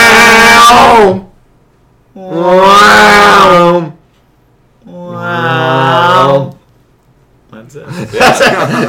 Wow! Wow! Wow! That's it.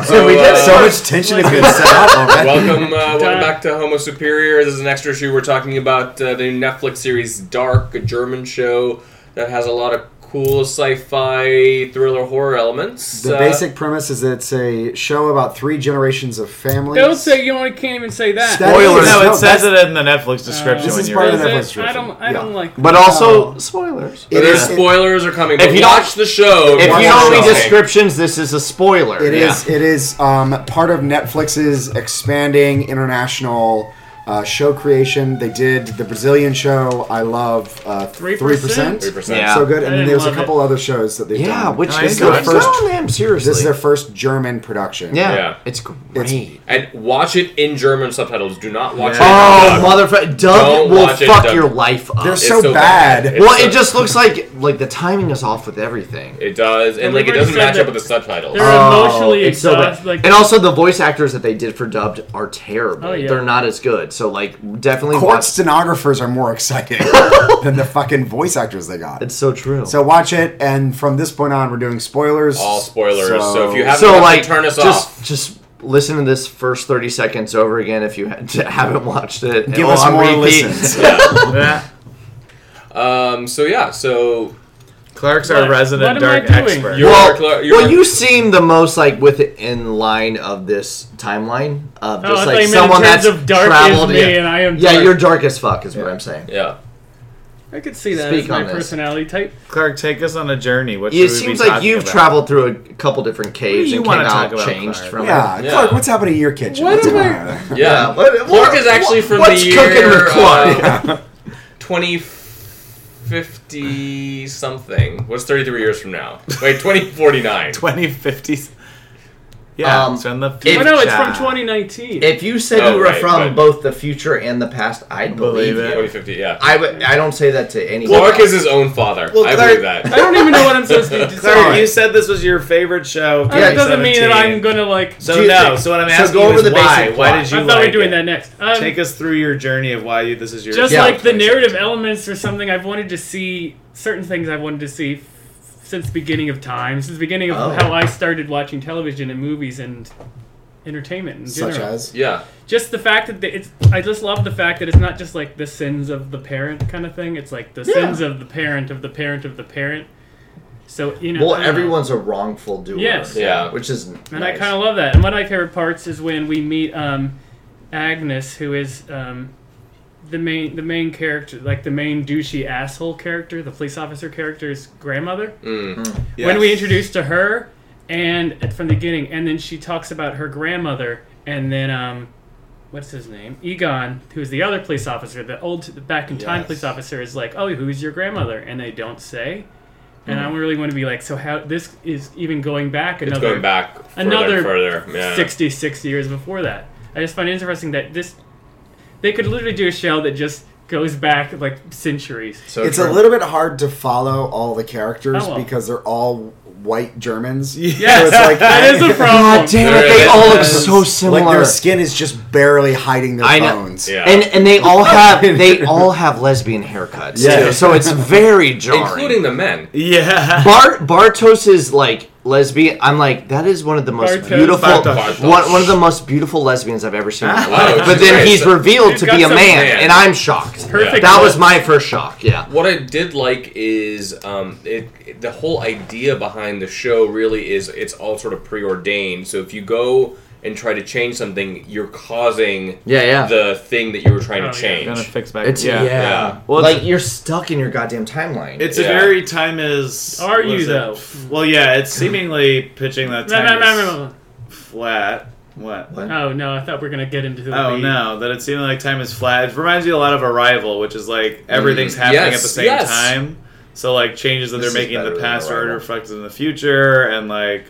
Dude, we uh, got so much tension to good set up already. Welcome, uh, welcome back to Homo Superior. This is an extra issue. We're talking about uh, the Netflix series Dark, a German show that has a lot of cool sci-fi, thriller, horror elements. The Uh, basic premise is that it's a show about three generations of families. Don't say you only can't even say that. Stat- Spoilers. No, No, it that's- says it in the Netflix description. This when is you part read of it. the Is it? Netflix I don't. I version. don't Yeah. like. But also spoilers. It their is. spoilers are coming. If But you don't- watch the show. If Watch you the don't read show. descriptions, this is a spoiler. It Yeah. is. It is um, part of Netflix's expanding international uh, show creation. They did the Brazilian show. I love uh, three 3%? percent. Yeah. So good. I And then didn't there's a love couple other shows that they've Yeah, done. which this is is their good. first. No, man, seriously. This is their first German production. yeah. Yeah. it's great. and watch it in German subtitles. Do not watch it. oh, in motherfucker! Doug Don't will watch it, fuck Doug. your life up. They're It's so, so bad. bad. It's well, so- it just looks like like the timing is off with everything. It does, and And like it we've doesn't already match said up with the subtitles. They're emotionally Oh, it's so bad. exhausted. Like, and also, the voice actors that they did for dubbed are terrible. Oh, yeah. They're not as good. So, like, definitely Court watch. stenographers are more exciting than the fucking voice actors they got. It's so true. So watch it, and from this point on, we're doing spoilers. All spoilers. So, if you haven't, so watched it, like, turn us just off. just listen to this first thirty seconds over again if you ha- haven't watched it. give Well, us on more repeat. listens. Um. So yeah. So Clerks What? resident What am dark I doing? expert. You're well, our cler- you're well, our- you seem the most like within line of this timeline of Oh, just I like thought you meant in someone terms that's of dark is traveled. me yeah, and I am yeah, dark. you're dark as fuck is what I'm saying. yeah. I could see that Speak as my on this. personality type. Clark, take us on a journey. What It should we be seems like talking you've about? traveled through a couple different caves you and came wanna talk out about, changed Clark? from it. Yeah, Yeah. Clark, what's happening in your kitchen? What What's am I- going on? Yeah. what- Clark what- Um, is actually from what's the cooking year with Clark? uh, 2050 something. What's 33 years from now? Wait, 2049. 2050s. Yeah, Um, it's from the if- Oh future. no, it's from 2019. If you said Oh, you were right, from but- both the future and the past, I'd believe, Believe you. it. 2050. Yeah. I would. I don't say that to anyone. Clark is his own father. Well, I Clark- believe I that. don't even know what I'm supposed to do. Clark, you said this was your favorite show. Of Uh, that Yeah, doesn't mean that 2017. I'm gonna like. So Do you- no. So what I'm so asking go over is the basic why? plot. Why did you? I thought we like were doing it? that next. Um, Take us through your journey of why you. This is your. just Yeah. like the narrative elements or something i've wanted to see certain things i've wanted to see f- since the beginning of time since the beginning of Oh. how i started watching television and movies and entertainment in Such general as Yeah. just the fact that the- it's i just love the fact that it's not just like the sins of the parent kind of thing it's like the sins of the parent of the parent of the parent so you know Well, I don't know. everyone's a wrongful doer. Yes. Yeah. Which is. And I kind of love that. And one of my favorite parts is when we meet um, Agnes, who is um, the main the main character, like the main douchey asshole character, the police officer character's grandmother. When we introduced to her, and at- from the beginning, and then she talks about her grandmother, and then um, what's his name, Egon, who's the other police officer, the old the back in time Yes. police officer, is like, oh, who's your grandmother? And they don't say. And I really want to be like, so how this is even going back another Hmm. It's going back further another and further. Yeah. 60, 60 years before that. I just find it interesting that this they could literally do a show that just goes back like centuries. So it's true. a little bit hard to follow all the characters Oh, well. because they're all white Germans. Yes, that is a problem. God damn it! There They it all look is. so Like similar. their skin is just barely hiding their I know. bones. Yeah. And and they all have they all have lesbian haircuts. Yeah. too, so it's very jarring. Including the men. Yeah. Bart Bartos is like lesbian. I'm like that is one of the most Bartos. beautiful Bartos. One, one of the most beautiful lesbians I've ever seen. in my Ah. life. Wow, but then she's he's great. revealed She's to got be a some- man, Yeah. and I'm shocked. Perfect. That was my first shock. Yeah. What I did like is um, it, it- the whole idea behind the show really is it's all sort of preordained. So if you go and try to change something, you're causing Yeah, yeah. the thing that you were trying Oh, to yeah. change. Gonna fix back. It's yeah. yeah. Yeah. Well, like it's- you're stuck in your goddamn timeline. It's a Yeah. very time is. Are what you, is it? though? Well, yeah. It's seemingly pitching that No, no, time no, is no, flat. What? What? no. Oh no, I thought we were gonna get into the Oh lead. no, that it seemed like time is flat. It reminds me a lot of Arrival, which is like everything's Mm, happening yes, at the same yes. time. So like changes that This they're is making in better the than past are Arrival. reflected in the future, and like,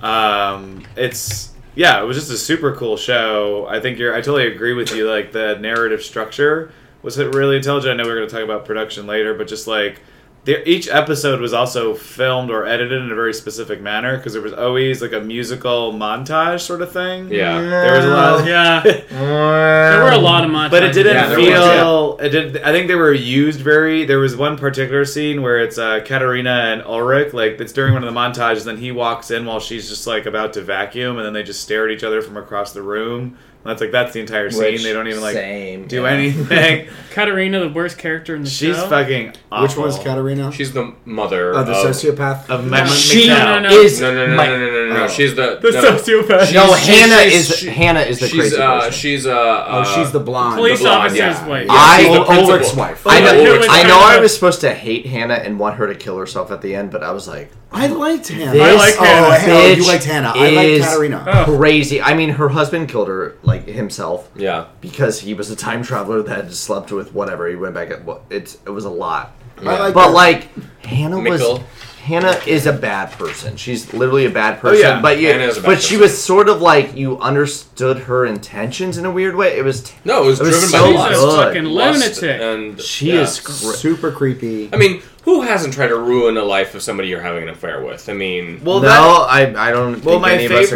um, it's yeah, it was just a super cool show. I think you're. I totally agree with you. Like the narrative structure was really intelligent. I know we're going to talk about production later, but just like there, each episode was also filmed or edited in a very specific manner because there was always like a musical montage sort of thing. Yeah. There was a lot. yeah, there were a lot of montages. But it didn't Yeah, there was, feel. It did. I think they were used very. There was one particular scene where it's uh, Katarina and Ulrich. Like it's during one of the montages. Then he walks in while she's just like about to vacuum, and then they just stare at each other from across the room. And that's like that's the entire scene. Which, they don't even like same, do yeah. anything. Katarina, the worst character in the She's show. fucking. Awful. Which one's Katarina? She's the mother Oh, the of- sociopath. Of Mem- She No, no, no. is No, no, no, my- no, no, no, no, no. Oh. She's the the no. sociopath. No, She's- Hannah she's- is she- Hannah is the she's crazy uh, person. she's uh, uh oh, she's the blonde. Police the blonde, officer's yeah. wife. Yeah, I- she's the Ulrich's principal. wife. I Yeah, know, Ulrich's I know Hannah. I was supposed to hate Hannah and want her to kill herself at the end, but I was like, I liked Hannah. this like oh, Hannah. hell, you bitch liked Hannah. I liked is Katarina. Oh. Crazy. I mean, her husband killed her, like himself, Yeah. because he was a time traveler that had slept with whatever. He went back at what? It's it was a lot. I liked But her. like Hannah was Mikkel. Hannah is a bad person. She's literally a bad person. yeah. But you, Oh, Hannah is a bad but she person. was sort of like you understood her intentions in a weird way. It was No, it was It was driven so by She's a lust. lust. fucking Lust lunatic. Uh, And she yeah. is cra- super creepy. I mean, who hasn't tried to ruin the life of somebody you're having an affair with? I mean, Well, no, that, I I don't. Well, think my any favorite, Of us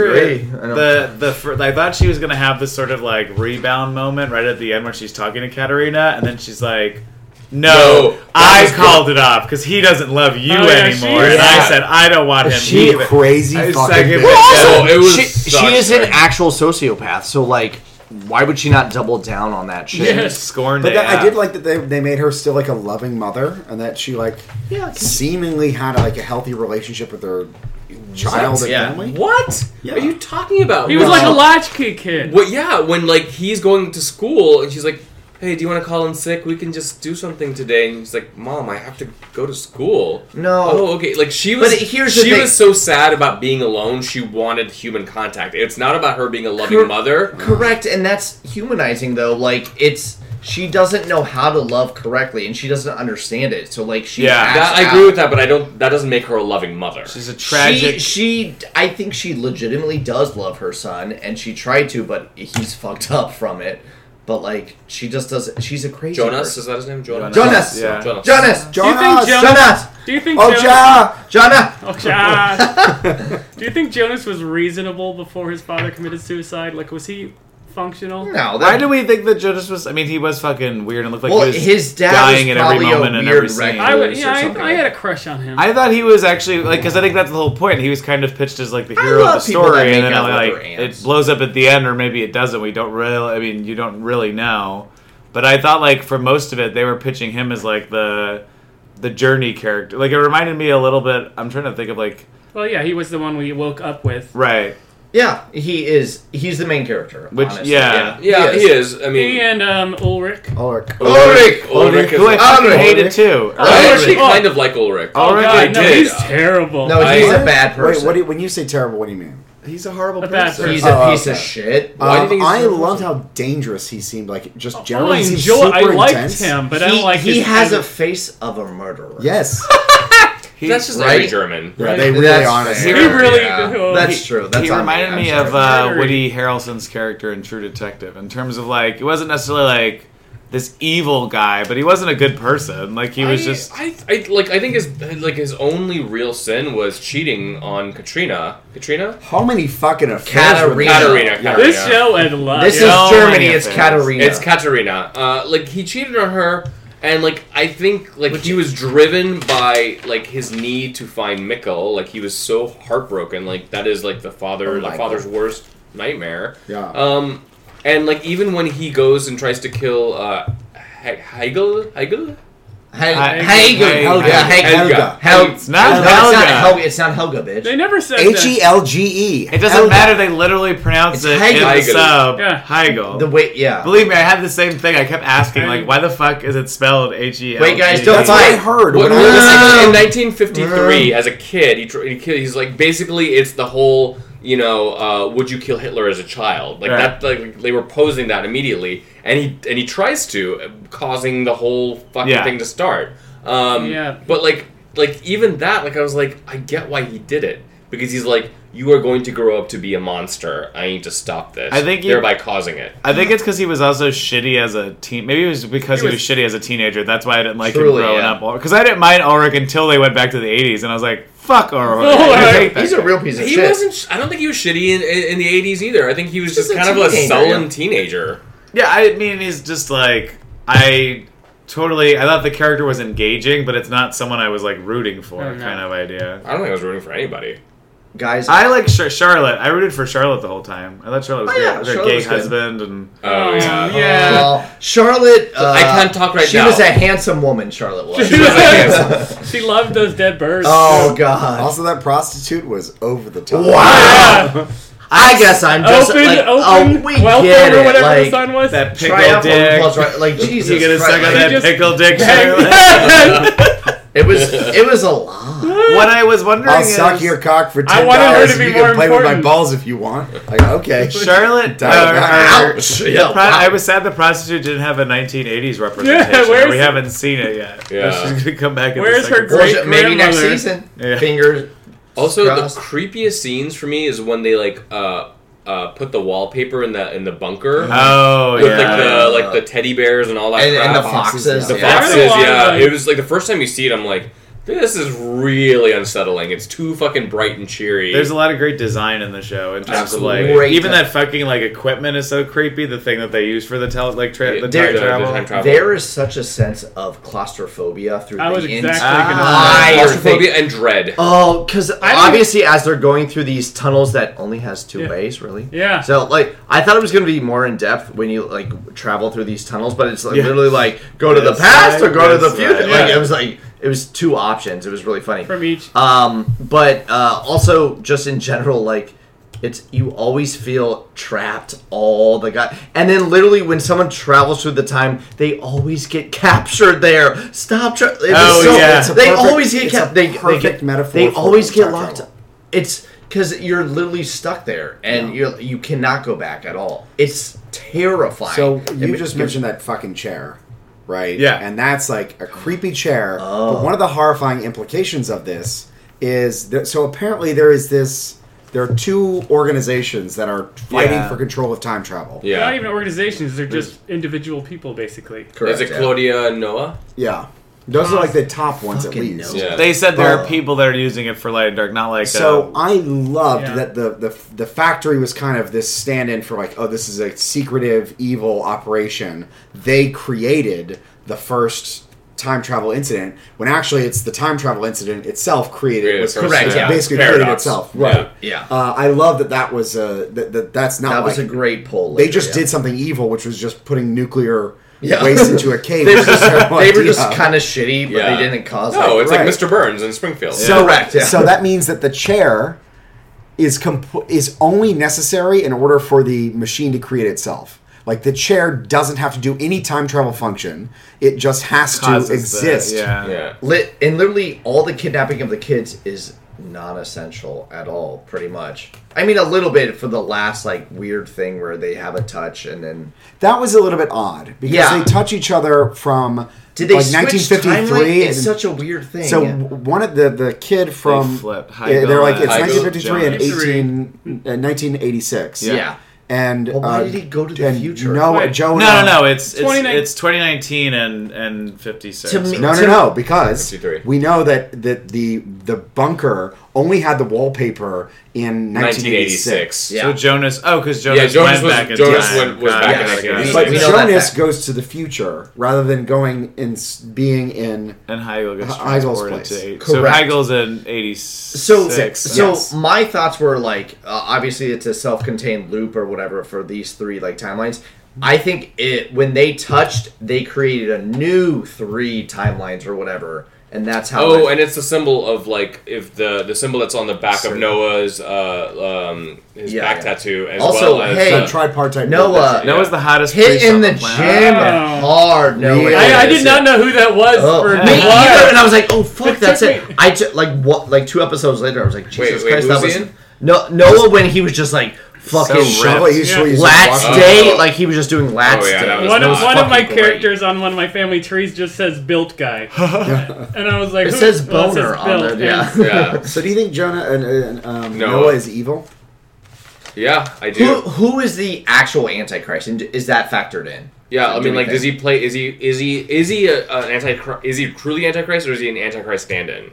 agree. I don't- the the fir- I thought she was gonna have this sort of like rebound moment right at the end when she's talking to Katerina, and then she's like, "No, No, that I was called it off because he doesn't love you Oh, yeah, she- anymore," and I Yeah. said, "I don't want him." She either." crazy I fucking second- bitch. also, it was she, such she is an a- actual sociopath. So like, why would she not double down on that shit? Yes. scorned But it, that, yeah. I did like that they, they made her still like a loving mother, and that she like seemingly had like a healthy relationship with her child and Yeah. family. What Yeah. are you talking about? He was Well, like a latchkey kid. Well, yeah, when like he's going to school and she's like, "Hey, do you want to call in sick? We can just do something today." And he's like, "Mom, I have to go to school." No. Oh, okay. Like she was. But here's the she thing. was so sad about being alone. She wanted human contact. It's not about her being a loving Cor- mother. Correct, and that's humanizing though. Like it's she doesn't know how to love correctly, and she doesn't understand it. So like she, Yeah. acts That, I out. agree with that, but I don't. That doesn't make her a loving mother. She's a tragic. She, she, I think she legitimately does love her son, and she tried to, but he's fucked up from it. But like, she just does. She's a crazy. Jonas is person. that his name? Jonas. Jonas. Yeah. Jonas. Jonas. do you think Jonas! Jonas? Jonas. Do you think Oh, Jonas? ja! Jonas. Oh, ja. do you think Jonas was reasonable before his father committed suicide? Like, was he functional? No. Why That, do we think that Jonas was? I mean, he was fucking weird and looked like well, he was his dad dying was at probably every a moment and weird every scene. I, would, recluse yeah, or something. I, I had a crush on him. I thought he was actually like because I think that's the whole point. He was kind of pitched as like the I hero of the love people that story, make and then out with like their it ants. blows up at the end, or maybe it doesn't. We don't really. I mean, you don't really know. But I thought like for most of it, they were pitching him as like the the journey character. Like it reminded me a little bit. I'm trying to think of like well, yeah, he was the one we woke up with. right, Yeah, he is. He's the main character. which honestly. yeah. Yeah, he is. I mean, He and um, Ulrich. Ulrich. Ulrich. Ulrich. Who I is- fucking Ulrich. hated too. I Ulrich. actually Oh. kind of like Ulrich. Oh, Ulrich, God, I no, did. he's terrible. No, he's I- a bad person. Wait, what do you, when you say terrible, what do you mean? He's a horrible A bad person. He's Oh, a okay. piece of shit. Why do you Um, think he's I terrible? loved how dangerous he seemed. Like just Oh, generally, I seemed enjoy. super I liked intense. him, but I he don't like he his has kind a of- face of a murderer. Yes, That's just Right? every German. yeah, they That's really fair. honestly. He really. Yeah. oh, That's he- true. That's he on reminded I'm me sorry. of uh, Very- Woody Harrelson's character in True Detective in terms of like he wasn't necessarily like this evil guy, but he wasn't a good person. Like he was I, just I, I like I think his like his only real sin was cheating on Katrina. Katrina? How many fucking affairs? were Katarina. there? Katarina, Katarina. This show and love. This yeah. Yeah. is Germany. Yeah. It's Katarina. It's Katarina. Uh, like he cheated on her and like I think like he was driven by like his need to find Mikkel. Like he was so heartbroken. Like that is like the father Oh the my father's God. worst nightmare. Yeah. Um and like even when he goes and tries to kill uh He- Hegel Hegel? I- Helga. Helga. Helga. Yeah, Helga. Helga. Hel- It's not No, It's not Helga. Helga. It's not Helga, bitch. They never said H e that. l g e. It doesn't matter. They literally pronounce It's it in Hegel. the sub. Yeah. Heigl. The way, yeah. Believe me, I had the same thing. I kept asking, Hegel. like, why the fuck is it spelled H E L? Wait, guys, G? don't That's what I Wait. heard. What, when I was- no, in 1953, as a kid, he, tr- he ki- he's like basically it's the whole you know uh, would you kill Hitler as a child like Right. that like they were posing that immediately and he and he tries to uh, causing the whole fucking Yeah. thing to start um, Yeah. but like like even that like I was like I get why he did it because he's like "You are going to grow up to be a monster. I need to stop this." I think you- thereby causing it. I think it's because he was also shitty as a teen. Maybe it was because He he was- was shitty as a teenager. That's why I didn't like Truly, him growing yeah. up. Because I didn't mind Ulrich until they went back to the '80s, and I was like, "Fuck Ulrich." Ulrich! He's a real piece of He shit. wasn't. sh- I don't think he was shitty in, in, in the '80s either. I think he was Just just, a kind of a teenager, sullen yeah. teenager. Yeah, I mean, he's just like I totally. I thought the character was engaging, but it's not someone I was like rooting for, Oh, no. kind of idea. I don't think I was rooting for anybody. Guys, I like Char- Charlotte. I rooted for Charlotte the whole time. I thought Charlotte was Oh, great. yeah, With her Charlotte gay was good. husband and Um, Oh, yeah. Well, Charlotte. Uh, I can't talk right she now. was a handsome woman. Charlotte was. She was like this. she loved those dead birds. oh God. Also, that prostitute was over the top. Wow. Yeah. I guess I'm just open, like, open, oh, we welcome get or it. whatever like, the sign was. that pickle triumphal dick. was right- Like Jesus you gonna Christ, suck on like, that just- pickle dick, Charlotte? I It was. It was a lot. what I was wondering I'll is, suck your cock for I ten wanted her to dollars. be You more can play with my important. balls if you want. Like, okay, Charlotte. Dial uh, back. or- Ouch. Yeah, Pro- wow. I was sad the prostitute didn't have a 1980s representation. where's- we haven't seen it yet. Yeah. she's gonna come back. in the Where's her second great- Bullshit. Maybe next grandmother. season. Yeah. Fingers. Also, Crossed. the creepiest scenes for me is when they like uh, uh, put the wallpaper in the in the bunker Oh with yeah. like the like the teddy bears and all that And, and crap. the Foxes, foxes. yeah. The Yeah. foxes, There was a lot yeah. of, like- It was like the first time you see it, I'm like, this is really unsettling. It's too fucking bright and cheery. There's a lot of great design in the show in terms of like Great even design. that fucking like equipment is so creepy. The thing that they use for the tele like tra- Yeah, the there- time travel. the time travel. There is such a sense of claustrophobia through was the exactly inside. Ah. Fire claustrophobia and dread. Oh, because don't- obviously, as they're going through these tunnels that only has two Yeah. ways, really. Yeah. So, like, I thought it was going to be more in depth when you like travel through these tunnels, but it's like, Yeah. literally like go to the Yes, past or right, go to the yes, future. right. Like, Yeah. it was like it was two options. It was really funny. from each. Um, but uh, also just in general, like it's you always feel trapped all the guy, and then literally when someone travels through the time, they always get captured there. Stop! Tra- it was Oh, yeah. It's a they perfect- always get it's a captured. They, they perfect get- metaphor They for always get time locked. travel. It's because you're literally stuck there, and you you cannot go back at all. It's terrifying. So It you ma- just mentioned that fucking chair, right? Yeah. And that's like a creepy chair. But one of the horrifying implications of this is that so apparently there is this there are two organizations that are fighting Yeah. for control of time travel. They're Not yeah. even organizations; they're just individual people, basically. Correct, is it yeah. Claudia and Noah? Yeah. Those are like the top ones at Fucking least. no. Yeah. They said there Oh. are people that are using it for light and dark, not like um, So uh, I loved Yeah. that the, the the factory was kind of this stand-in for like, oh, this is a secretive evil operation. They created the first time travel incident when actually it's the time travel incident itself created Yeah, was first, Correct, yeah. basically created Paradox. itself Yeah. right Yeah, uh, I love that that was uh, that, that that's not that like was a great poll. they later, just yeah. did something evil which was just putting nuclear Yeah. waste into a cave They which were is their just, they were just idea. kind of shitty, but Yeah. they didn't cause. No, like, it's right. like Mr. Burns in Springfield. Yeah. So, Correct, yeah. So that means that the chair is comp- is only necessary in order for the machine to create itself. Like the chair doesn't have to do any time travel function; it just has causes to the- exist. yeah. Yeah. lit, and literally all the kidnapping of the kids is non-essential at all, pretty much. I mean, a little bit for the last like weird thing where they have a touch and then That was a little bit odd because Yeah. they touch each other from did they like switch timeline? 1953. It's and- such a weird thing. so yeah. one of the the kid from flip. yeah, they're like it's Heigl, 1953 and Jones. 18 uh, 1986. Yeah. And Well, why uh, did he go to the and future? No, Wait. Joe. No, no, no. It's it's, 29 it's 2019 and and 56. To me- No, no, to- no, because 53. we know that, that the the bunker only had the wallpaper in 1986. 1986. Yeah. So Jonas. Oh, because Jonas, Jonas went was- back in Jonas time. went- was Got back it, in got it, got it. 1986. But We know that Jonas fact. goes to the future rather than going in s- being in. And Heigl gets He- Heigl's transported place. to eight. So Correct. Heigl's in 86. So, so yes. my thoughts were like, uh, obviously it's a self-contained loop or whatever for these three like timelines. I think it when they touched, they created a new three timelines or whatever, and that's how. Oh, it- and it's the symbol of like if the the symbol that's on the back Sure. of Noah's uh um his Yeah, back yeah. tattoo as Also, well as hey, That uh, tripartite. Noah. that was the hottest hit priest in on the planet. gym Wow. hard. No, Yeah. way. I, I did not know who that was. Oh, for me a either, while. and I was like, "Oh fuck, It that's took it." me- I took like what, like two episodes later, I was like, "Jesus wait, Christ, that who's was Ian? no Noah." When he was just like, fucking so Shovel ripped. usually is Lat's walking- day. Oh. Like he was just doing Lat's Oh, yeah, that day. was One of, not one of my fucking great. characters on one of my family trees just says built guy. and I was like, It who- says well, it says boner on built, there. Yeah. and- Yeah, So do you think Jonah and, and um, Noah. Noah. is evil? yeah, I do. Who, who is the actual Antichrist, and is that factored in? Yeah, I Do mean, we like, think? does he play? Is he is he is he a, an anti? Is he truly antichrist, or is he an antichrist stand-in?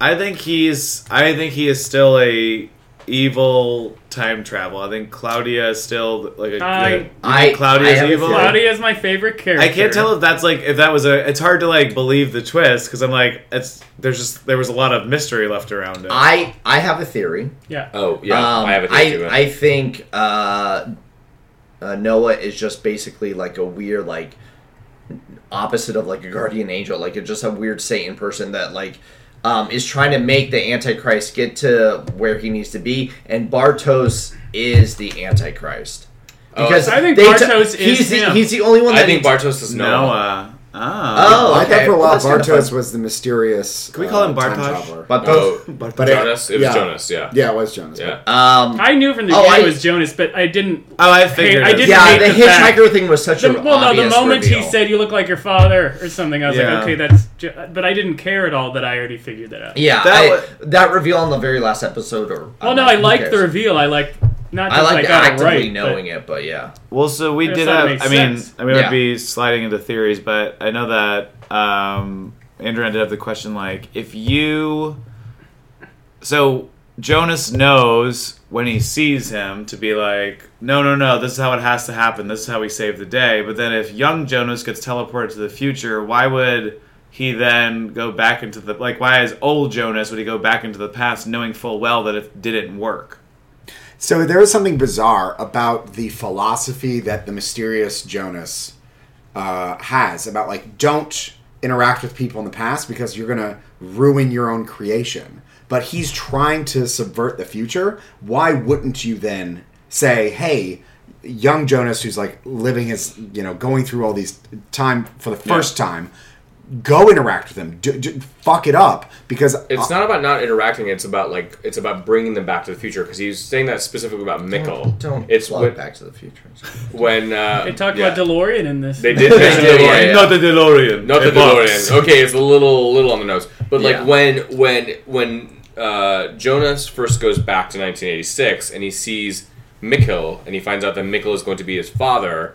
I think he's. I think he is still a evil time travel. I think Claudia is still like a. I- you think I- Claudia I is have a evil. theory. Claudia is my favorite character. I can't tell if that's like if that was a. It's hard to like believe the twist because I'm like it's there's just there was a lot of mystery left around it. I I have a theory. Yeah. Oh yeah, Um, I have a I, theory too. I think uh, uh, Noah is just basically like a weird like opposite of like a guardian angel, like it's just a weird Satan person that like um, is trying to make the Antichrist get to where he needs to be, and Bartos is the Antichrist. Oh, I think they Bartos is he's the, him. he's the only one. That I think needs- Bartos is Noah. Noah. Oh, Ah. I okay. thought for a Well, while that's kinda fun. Bartos was the mysterious. Can we call him uh, time Bartosz? traveler. Bartos. Oh, But, it- Jonas. It was yeah. Jonas. Yeah. Yeah, it was Jonas. Yeah. Um, Oh. I knew from the Oh, beginning I- it was Jonas, but I didn't. Oh, I figured. I it. didn't yeah, hate the, the fact- hitchhiker thing was such The, a well, no, the obvious moment he reveal. said you look like your father or something, I was Yeah. like, okay, that's. Jo- But I didn't care at all that I already figured that out. Yeah, That I- wa- that reveal on the very last episode. Or Well, I'm no, like, I who liked cares? the reveal. I liked not just I like I got it actively right, but- knowing it, but yeah, Well, so we Yes, did that have. makes I mean, sense. I mean, Yeah. I'd be sliding into theories, but I know that um, Andrew ended up the question like, if you, so Jonas knows when he sees him to be like, no, no, no, this is how it has to happen. This is how we save the day. But then if young Jonas gets teleported to the future, why would he then go back into the like? Why is old Jonas would he go back into the past knowing full well that it didn't work? So there was something bizarre about the philosophy that the mysterious Jonas uh, has about like don't interact with people in the past because you're gonna ruin your own creation. But he's trying to subvert the future. Why wouldn't you then say, "Hey, young Jonas, who's like living his, you know, going through all these time for the first time, go interact with him, do, do- fuck it up because It's not about not interacting. It's about like it's about bringing them back to the future because he's saying that specifically about Mickle. don't, don't it's plug when, Back to the Future. when uh, They talked yeah. about DeLorean in this. They did mention Yeah, yeah, DeLorean. yeah. Not the DeLorean. Not the It works. DeLorean. Okay, it's a little little on the nose. But like Yeah. when when when uh, Jonas first goes back to 1986 and he sees Mikkel and he finds out that Mikkel is going to be his father,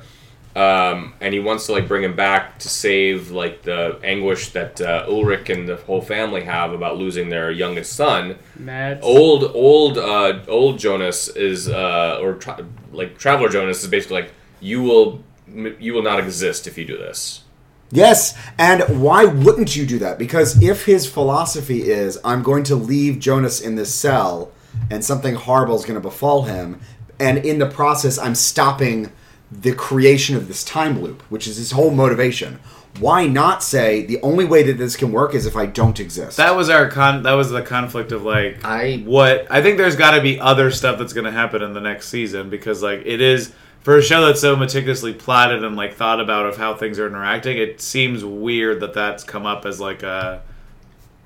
um, and he wants to like bring him back to save like the anguish that uh, Ulrich and the whole family have about losing their youngest son Mads. old old uh, old Jonas is uh, or tra- like traveler Jonas is basically like you will you will not exist if you do this. Yes, and why wouldn't you do that? Because if his philosophy is, I'm going to leave Jonas in this cell and something horrible is going to befall him, and in the process, I'm stopping the creation of this time loop, which is his whole motivation, why not say the only way that this can work is if I don't exist? That was our con. That was the conflict of like I- what I think. There's got to be other stuff that's going to happen in the next season because like it is for a show that's so meticulously plotted and like thought about of how things are interacting. It seems weird that that's come up as like a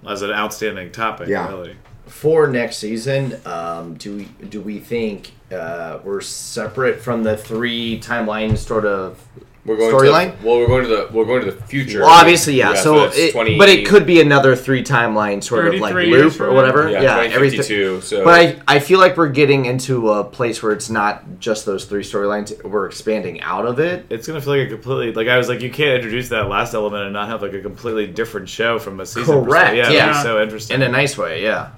as an outstanding topic. Yeah. Really. For next season, um, do we do we think uh, we're separate from the three timeline sort of? We're going Storyline? to the, well, we're going to the we're going to the future. Well, obviously, yeah. so, that's it, but it could be another three timeline sort of like 33 years loop from or now? whatever. yeah, Yeah, everything. 2052, So But I, I feel like we're getting into a place where it's not just those three storylines. We're expanding out of it. It's gonna feel like a completely like I was like you can't introduce that last element and not have like a completely different show from a season. perspective. Correct, Yeah. it'll be yeah. so interesting. In a nice way, yeah.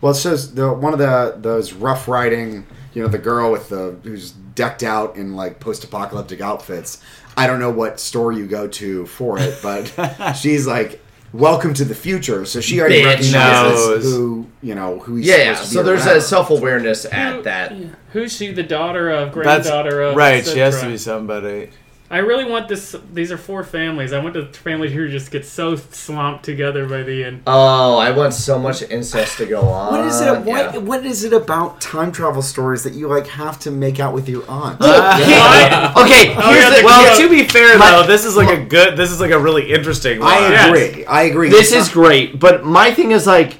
Well, it shows the one of the those rough riding, you know, the girl with the who's decked out in like post-apocalyptic outfits. I don't know what store you go to for it, but she's like, "Welcome to the future." So she already Bitch. recognizes Knows. who you know who he's Yeah, yeah. supposed to So be there's around. a self awareness Who- at that. yeah. Who's she? The daughter of, that's granddaughter of. et right. She has to cetera. be somebody. I really want this. These are four families. I want the family who just gets so swamped together by the end. Oh, I want so much incest to go on. What is it? What, Uh, Yeah. what is it about time travel stories that you like have to make out with your aunt? Uh, Oh, Yeah. okay, here's yeah, the, the well, quote. to be fair No, though, this is like a good. This is like a really interesting. Line. I Yes. agree. I agree. this is It's not- great. But my thing is like,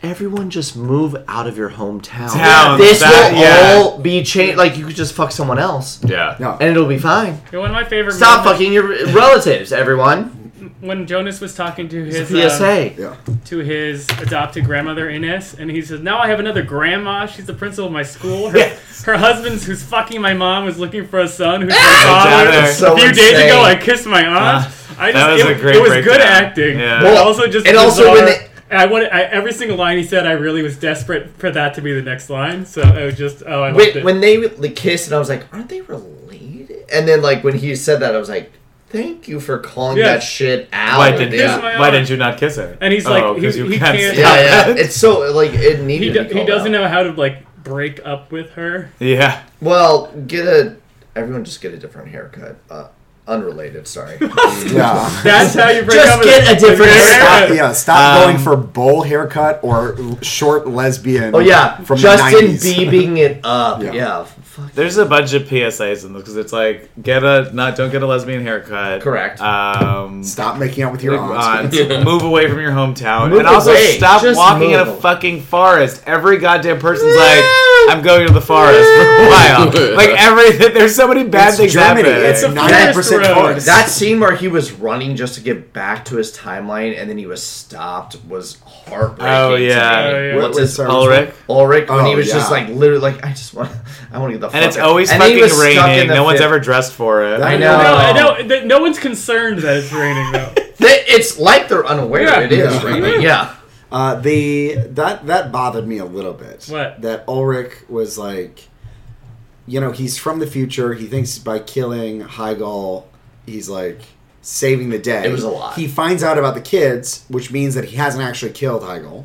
everyone just move out of your hometown. Town, this that- will yeah. all be changed. Like you could just fuck someone else, Yeah. No. and it'll be fine. You know, one of my favorite. Stop moments- fucking your relatives, everyone. When Jonas was talking to his It's uh, a PSA. yeah. um, to his adopted grandmother Ines, and he says, "Now I have another grandma. She's the principal of my school. Her, Yes. her husband's who's fucking my mom was looking for a son who's Ah! my down there. father. That's so a few days insane. ago, I kissed my aunt. Ah, I just, that was it, a great it was good breakdown. acting. Yeah. But Well, also just and also when bizarre. they- And I wanted I, every single line he said. I really was desperate for that to be the next line. So it was just oh, I loved Wait, it. when they like kissed, and I was like, "Aren't they related?" And then like when he said that, I was like, "Thank you for calling Yeah. that shit out." Why didn't Here's yeah. you? my Why arm. didn't you not kiss her? And he's like, oh, 'cause he- you he can't. can't- stop yeah, yeah. it. It's so like it needed. to he, do, be he called doesn't out. know how to like break up with her. yeah. Well, get a everyone just get a different haircut. Uh, unrelated, sorry. Yeah. That's how you break Just up. with get a different Stop, haircut. yeah, stop Um, going for bowl haircut or l- short lesbian. oh yeah, from Justin the 90s. Biebing it up. Yeah. Yeah, fuck. There's a bunch of PSAs in this because it's like get a not don't get a lesbian haircut. Correct. Um, Stop making out with your aunt. aunt, move away from your hometown, Move and also away. stop Just walking in a move. fucking forest. Every goddamn person's like, I'm going to the forest for a while. Like every there's so many bad It's things Germany. happening. It's a ninety percent forest road. forest. That scene where he was running just to get back to his timeline and then he was stopped was heartbreaking. Oh, to yeah. me. Oh, yeah. What- What's what his service- Ulrich. Ulrich when Oh, he was just yeah. like literally like I just want I want to get the fuck And it's out." always And then he fucking was stuck in raining. the No one's fifth- ever dressed for it. I No, know. I don't- th- no one's concerned that it's raining though. They- It's like they're unaware Yeah. it is Yeah. raining. Yeah. Uh, the that that bothered me a little bit. What? That Ulrich was like, you know, he's from the future. He thinks by killing Heigl, he's like saving the day. It was a lot. He finds out about the kids, which means that he hasn't actually killed Heigl.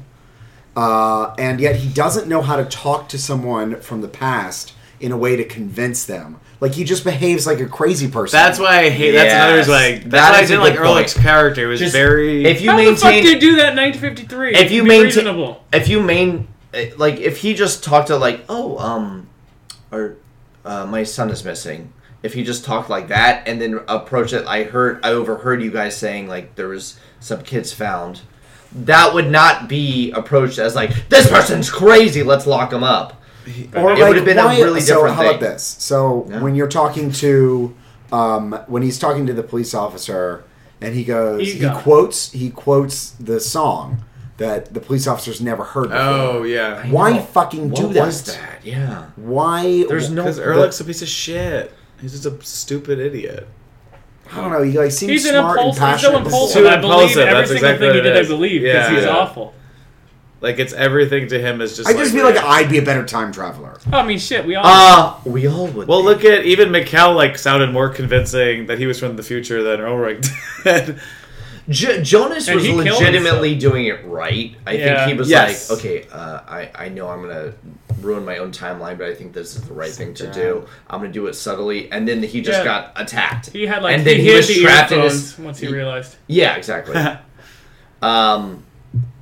Uh, and yet he doesn't know how to talk to someone from the past in a way to convince them. Like he just behaves like a crazy person. That's why I hate. That's another reason. Like Yes. that's That why I is a didn't like good point. Erlich's character. It was Just- very. If you How the fuck maintain do you do that in 1953? if you Be maintain reasonable. if you main eh, like if he just talked to like oh um or uh, my son is missing if he just talked like that and then approached it i heard i overheard you guys saying like there was some kids found that would not be approached as like this person's crazy let's lock him up or It would've been a really so different how about thing. this so Yeah. when you're talking to um, when he's talking to the police officer and he goes he, Ego. quotes he quotes the song that the police officer's never heard before oh yeah, why No. fucking do what that? was that yeah why there's no because Erlich's a piece of shit. He's just a stupid idiot. i don't know he like seems He's an smart impulsive. and He's so passionate impulsive. Too I believe impulsive, every that's single exactly thing he what it did. I is. believe because Yeah. he's Yeah. awful. Like it's everything to him is just. i just feel like that. i'd be a better time traveler Oh, I mean, shit. We all. uh we all would Well, be. look at even Mikkel like sounded more convincing that he was from the future than Ulrich did. Jo- Jonas And was he killed legitimately doing it right. I Yeah. think he was Yes. like, okay, uh, I, I know I'm going to ruin my own timeline, but I think this is the right thing to do. I'm going to do it subtly. And then he just Yeah. got attacked. he had like and then he, he, hid was the trapped in earphones his. once he realized. Yeah, exactly. um,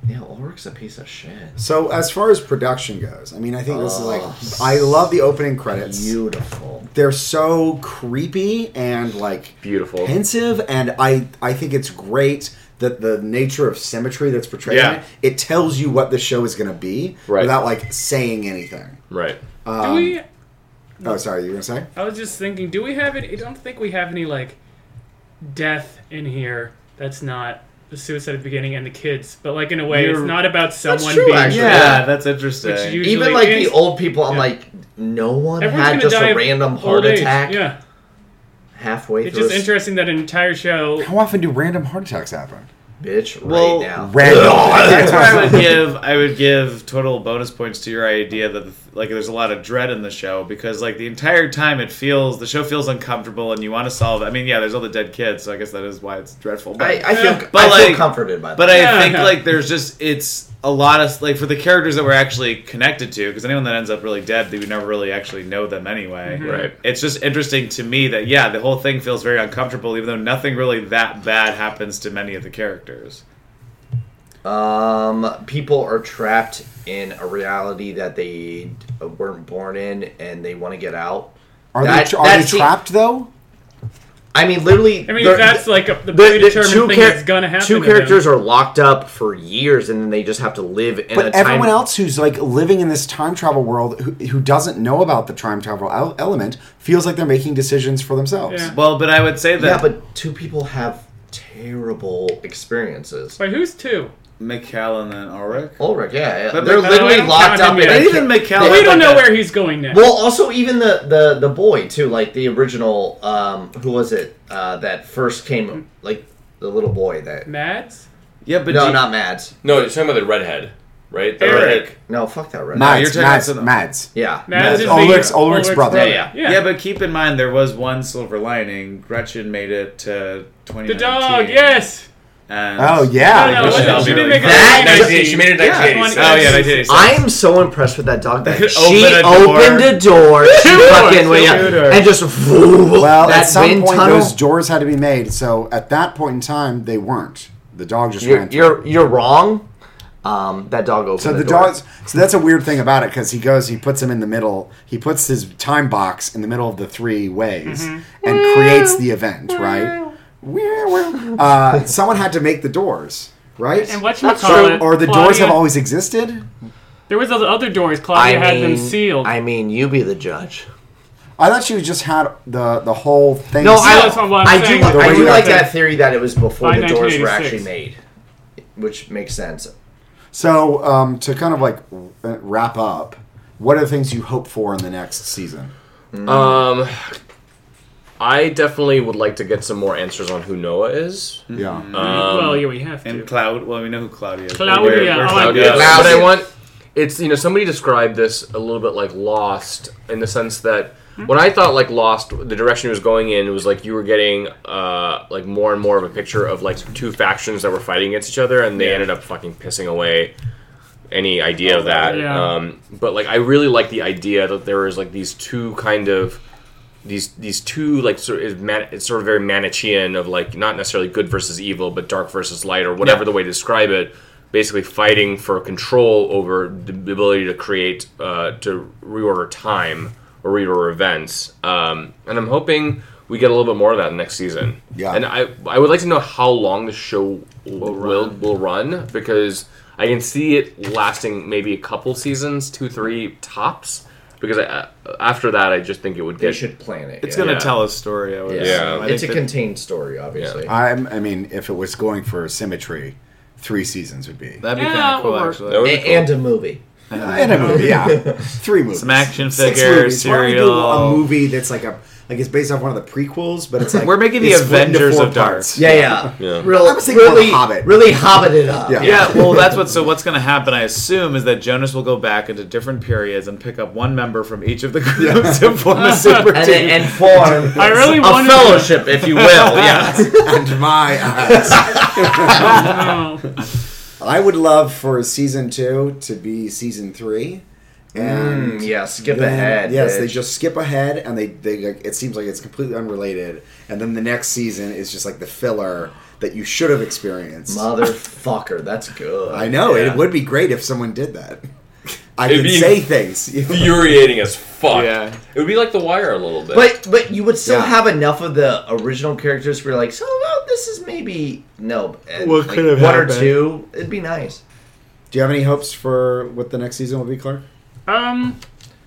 yeah, Ulrich's a piece of shit. so as far as production goes i mean i think this Oh. is like i love the opening credits Beautiful. they're so creepy and like Beautiful. pensive and i i think it's great that the nature of symmetry that's portrayed in Yeah. it, it tells you what the show is going to be Right. without like saying anything Um, Right. um, do we? oh sorry you were going to say I was just thinking. Do we have it? I don't think we have any like death in here. That's not the suicide at the beginning and the kids. But like in a way, it's You're- not about someone true, being. actually. yeah, Yeah. that's interesting. Which you- Even Usually like it's- the old people, I'm yeah. like, no one Everyone's had gonna just die a of random old heart age. attack Yeah, halfway it's through. just a s- interesting that an entire show. how often do random heart attacks happen bitch, right Well, now. random That's why I would give I would give total bonus points to your idea that like there's a lot of dread in the show because like the entire time it feels the show feels uncomfortable and you want to solve. I mean, yeah, there's all the dead kids, so I guess that is why it's dreadful. But I, I feel, But, I feel like- comforted by that. But I Yeah. think like there's just it's a lot of like for the characters that we're actually connected to because anyone that ends up really dead, they would never really actually know them anyway. Right. It's just interesting to me that yeah, the whole thing feels very uncomfortable, even though nothing really that bad happens to many of the characters. Um, people are trapped in a reality that they weren't born in, and they want to get out. are That- they, are that they scene- trapped though I mean, literally. I mean, they're- that's like a, the- the, the predetermined two thing char- that's gonna happen. Two to them. characters are locked up for years, and then they just have to live in a But time. everyone else who's like living in this time travel world, who, who doesn't know about the time travel el- element, feels like they're making decisions for themselves. Yeah. Well, but I would say Yeah, that but two people have terrible experiences. Wait, who's two? McKellen and Ulrich. Ulrich, yeah, yeah. But- they're but- I literally don't locked count up. him in yet. a And ca- even McKellen. we don't Oh, like know that- where he's going next. Well, also even the the the boy too, like the original. Um, who was it uh, that first came? Like the little boy that. Mads. Yeah, but No, you- not Mads. No, you're talking about the redhead, right? The Eric. redhead. No, fuck that red. you're Mads, taking Mads, us in- Mads. Yeah. Mads is the- Ulrich's- Ulrich's brother. Yeah, yeah. Yeah, but keep in mind there was one silver lining. Gretchen made it to 2019. the dog. Yes. And Oh yeah, No, no, we should no, all she be didn't really make it. That- in 1980s. She made it in Yeah. 1986. Oh yeah, I did. I am so impressed with that dog that Open she a door. opened a door, she Two fucking doors, went two out doors. and just Well, that at some wind point tunnel. those doors had to be made, so at that point in time they weren't. The dog just you're, ran. through. you're you're wrong. Um, that dog opened. so the, the, door. dogs. So that's a weird thing about it because he goes, he puts him in the middle. He puts his time box in the middle of the three ways Mm-hmm. and creates the event, right? uh, someone had to make the doors, right? And what you true. call it? or the doors have always existed. There was other other doors. I Claudia had mean, them sealed. I mean, you be the judge. I thought she just had the the whole thing. No, I- I, that's what I'm I do. saying. The I way do you like have that theory that it was before By the doors were actually 1986. made, which makes sense. so um, to kind of like uh, wrap up, what are the things you hope for in the next season? Um, I definitely would like to get some more answers on who Noah is. Mm-hmm. Yeah. well, yeah, we have to. And Cloud. Well, we know who Claudia is. but Claudia, where- where oh, I Claudia Claudia. is. Claudia. But I want it's you know somebody described this a little bit like Lost in the sense that Hmm? when I thought like Lost, the direction it was going in was like you were getting uh, like more and more of a picture of like two factions that were fighting against each other, and they ended up fucking pissing away any idea of that. Oh, Yeah. Um, but like I really like the idea that there is like these two kind of these these two like sort of man, it's sort of very Manichean of like not necessarily good versus evil, but dark versus light or whatever the way to describe it. Basically, fighting for control over the ability to create uh, to reorder time or reorder events. Um, and I'm hoping we get a little bit more of that next season. Yeah. And I I would like to know how long the show will will run, will run because I can see it lasting maybe a couple seasons, two, three tops. Because I, uh, after that, I just think it would get They should plan it. It's yeah. gonna Yeah. tell a story. I would Yeah. assume. I it's a think that- contained story, obviously. I'm, I mean, if it was going for symmetry, three seasons would be. That'd be Yeah, kind of it cool, would work. actually. A- and a movie. And a movie, yeah. Three movies. Some action Six figures, movies. Why don't we do serial. a movie that's like a like it's based off one of the prequels, but it's like We're making the it's split into Avengers four of Dark. parts. Yeah, yeah. Yeah. Real, I was thinking more really, Hobbit. really hobbited up. Yeah. Yeah, well, that's what. So what's going to happen? I assume is that Jonas will go back into different periods and pick up one member from each of the groups to form a super And, team. and form I really a wanted to- fellowship, if you will. Yeah. And my eyes. Oh. I would love for season two to be season three. And Mm, yeah. Skip then- ahead. Yes, bitch. they just skip ahead and they, they like, it seems like it's completely unrelated. And then the next season is just like the filler that you should have experienced. Motherfucker, that's good. I know Yeah. it would be great if someone did that. I It'd could be- say things. you know? infuriating as fuck. Yeah. It would be like The Wire a little bit. But but you would still Yeah. have enough of the original characters where you're like, so well, this is maybe no, uh, What like, could have one or happened? two. It'd be nice. Do you have any hopes for what the next season will be, Clark? Um,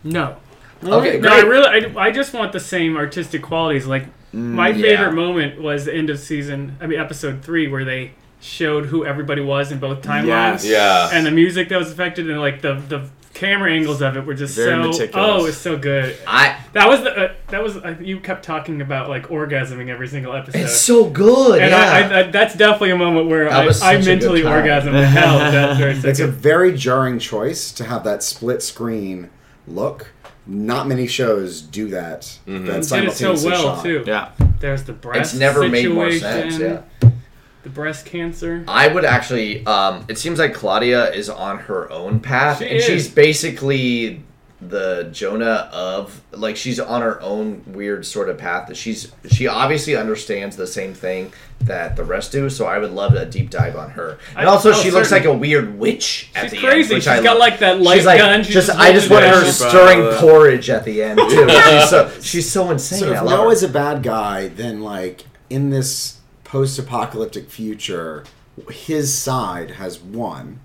no. Okay, No, I great. really, I, I just want the same artistic qualities. Like my Mm, yeah. favorite moment was the end of season, I mean episode three, where they showed who everybody was in both timelines, Yes. Yeah. and the music that was affected, and like the the camera angles of it were just Very so meticulous. oh, it's so good. I That was the uh, that was uh, you kept talking about like orgasming every single episode. it's so good. and yeah. I, I, I, that's definitely a moment where That I, was I such a good mentally time. orgasmed to hell. That very It's a second. very jarring choice to have that split screen look. Not many shows do that. That Did it so simultaneous well shot. too. yeah. There's the it's breast never situation, made more sense. Yeah. the breast cancer. I would actually. Um, it seems like Claudia is on her own path, She and she's is. basically the Jonah of like she's on her own weird sort of path that she's she obviously understands the same thing that the rest do. So I would love a deep dive on her. And I- also, oh, she looks like certainly. a weird witch. At She's the crazy. End, which She's I got, love. like, that light She's like, gun. She Just just I just want looks her like- stirring Yeah, she- porridge at the end too. she's so she's so insane. So I if love her. Noah's a bad guy, then like in this post-apocalyptic future, his side has won,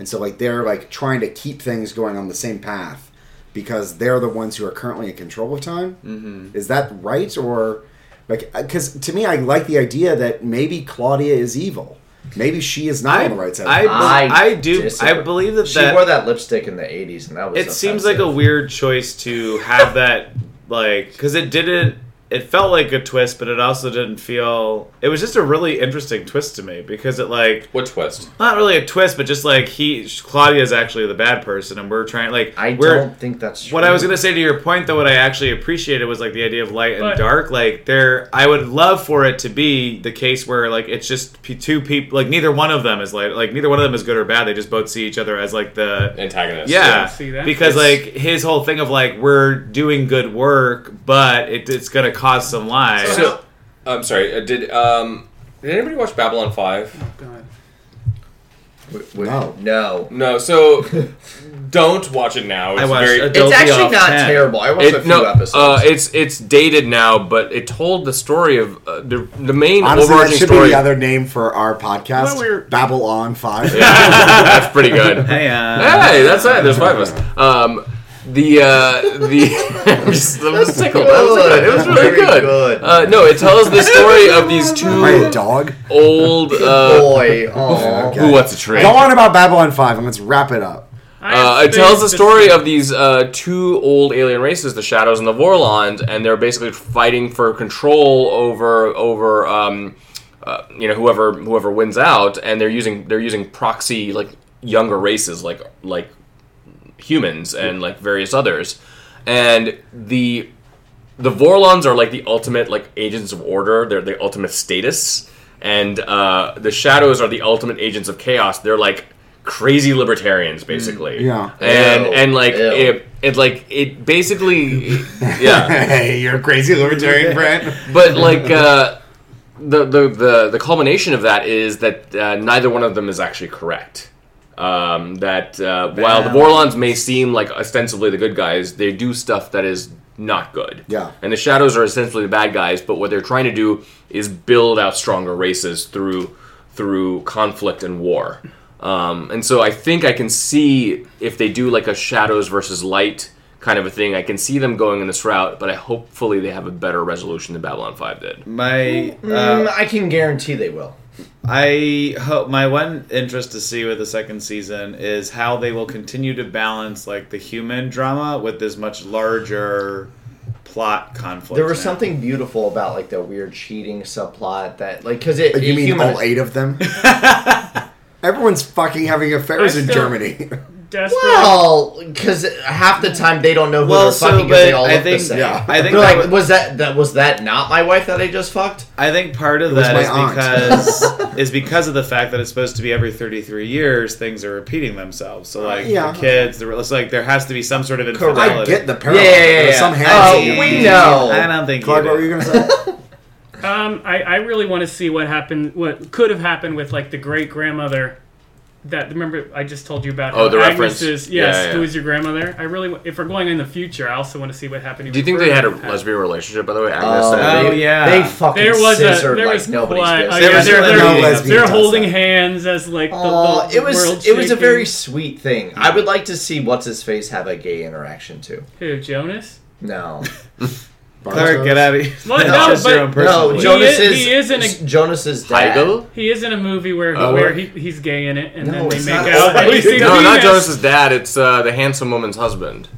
and so like they're like trying to keep things going on the same path because they're the ones who are currently in control of time. Mm-hmm. Is that right or like? Because to me, I like the idea that maybe Claudia is evil. Maybe she is not I, on the right side. I, of the- I, I do. disagree. I believe that she that, wore that lipstick in the '80s, and that was it seems like a offensive. weird choice to have that like because it didn't it felt like a twist but it also didn't feel it was just a really interesting twist to me because it like What twist? not really a twist but just like he claudia is actually the bad person and we're trying like I we're don't think that's what I was true. gonna say to your point, though, what I actually appreciated was like the idea of light and But- dark. Like there, I would love for it to be the case where like it's just p- two people. Like neither one of them is light. Like neither one of them is good or bad. They just both see each other as like the Antagonist. yeah, see that. because It's- like his whole thing of like we're doing good work, but it, it's gonna cause some lies. So, I'm sorry. Uh, did um did anybody watch Babylon Five? Oh god. We- No. no. No. So don't watch it now. It's I watched very, a- It's Don't be actually off not ten. terrible. I watched a It, few no, episodes. uh, it's it's dated now, but it told the story of uh, the, the main Honestly, that overarching should story. be the other name for our podcast. Well, we're- Babble on five. That's pretty good. Hey, uh, Hey, that's it. There's five of us. Um, the uh, the I'm just, I'm just tickled. That was good. It was really Very good. good. Uh, no, it tells the story of these Am I a two dog? old. Uh, boy. Oh, Okay. who wants a treat? Go on about Babylon 5 and let's wrap it up. I Uh, have it tells the space to story see- of these uh, two old alien races, the Shadows and the Vorlons, and they're basically fighting for control over over um, uh, you know whoever whoever wins out, and they're using they're using proxy like younger races like like humans and like various others, and the the Vorlons are like the ultimate like agents of order. They're the ultimate status, and uh, the Shadows are the ultimate agents of chaos. They're like crazy libertarians, basically. yeah. and Ew. and like Ew. it, it like it basically, yeah Hey, you're a crazy libertarian, Brent. but like uh, the, the the the culmination of that is that uh, neither one of them is actually correct. Um, that uh, while the Vorlons may seem like ostensibly the good guys, they do stuff that is not good. Yeah. And the Shadows are essentially the bad guys, but what they're trying to do is build out stronger races through through conflict and war. Um, and so I think I can see if they do like a shadows versus light kind of a thing, I can see them going in this route, but I hopefully they have a better resolution than Babylon 5 did. my uh, Mm, I can guarantee they will. I hope my one interest to see with the second season is how they will continue to balance like the human drama with this much larger plot conflict. There in was it. something beautiful about like the weird cheating subplot that like because it Uh, You it mean humanized- all eight of them? Everyone's fucking having affairs I in still- Germany. Desperate. Well, because half the time they don't know who Well, they're so, fucking 'cause they but all I look think- the same. yeah. I think They're that like, wa- was that that was that not my wife that I just fucked? I think part of was that my is aunt. because is because of the fact that it's supposed to be every 33 years things are repeating themselves. So like yeah. the kids, the, it's like there has to be some sort of infidelity. I get the Yeah, parallel. yeah, yeah, There's yeah. Some oh, hands- we know. I don't think Clark, you what were do. you going to say? Um, I, I really want to see what happened, what could have happened with like the great grandmother. That remember I just told you about. Oh, how the Agnes reference. Is, yes, Yeah, yeah, who yeah. is your grandmother? I really, wa- if we're going in the future, I also want to see what happened. Do you think even they had a further with that. lesbian relationship, by the way? Agnes Oh, and Oh, they, yeah. they fucking There was a scissored there like was nobody's quite- business. oh, There yeah, was they're, no they're- lesbian they're does holding that. hands as like the, Oh, the it was world it was a very shaking. sweet thing. I would like to see what's his face have a gay interaction too. Who, Jonas. No, Clark, get out of here. Well, That's no, just your but- own personal no. belief. Jonas He is, is- he is in a- Jonas is dad. Heigl? He is in a movie where Oh. where he, he's gay in it, and No, then they it's make not. out. and we see No, not Venus. Jonas's dad. It's uh, the handsome woman's husband.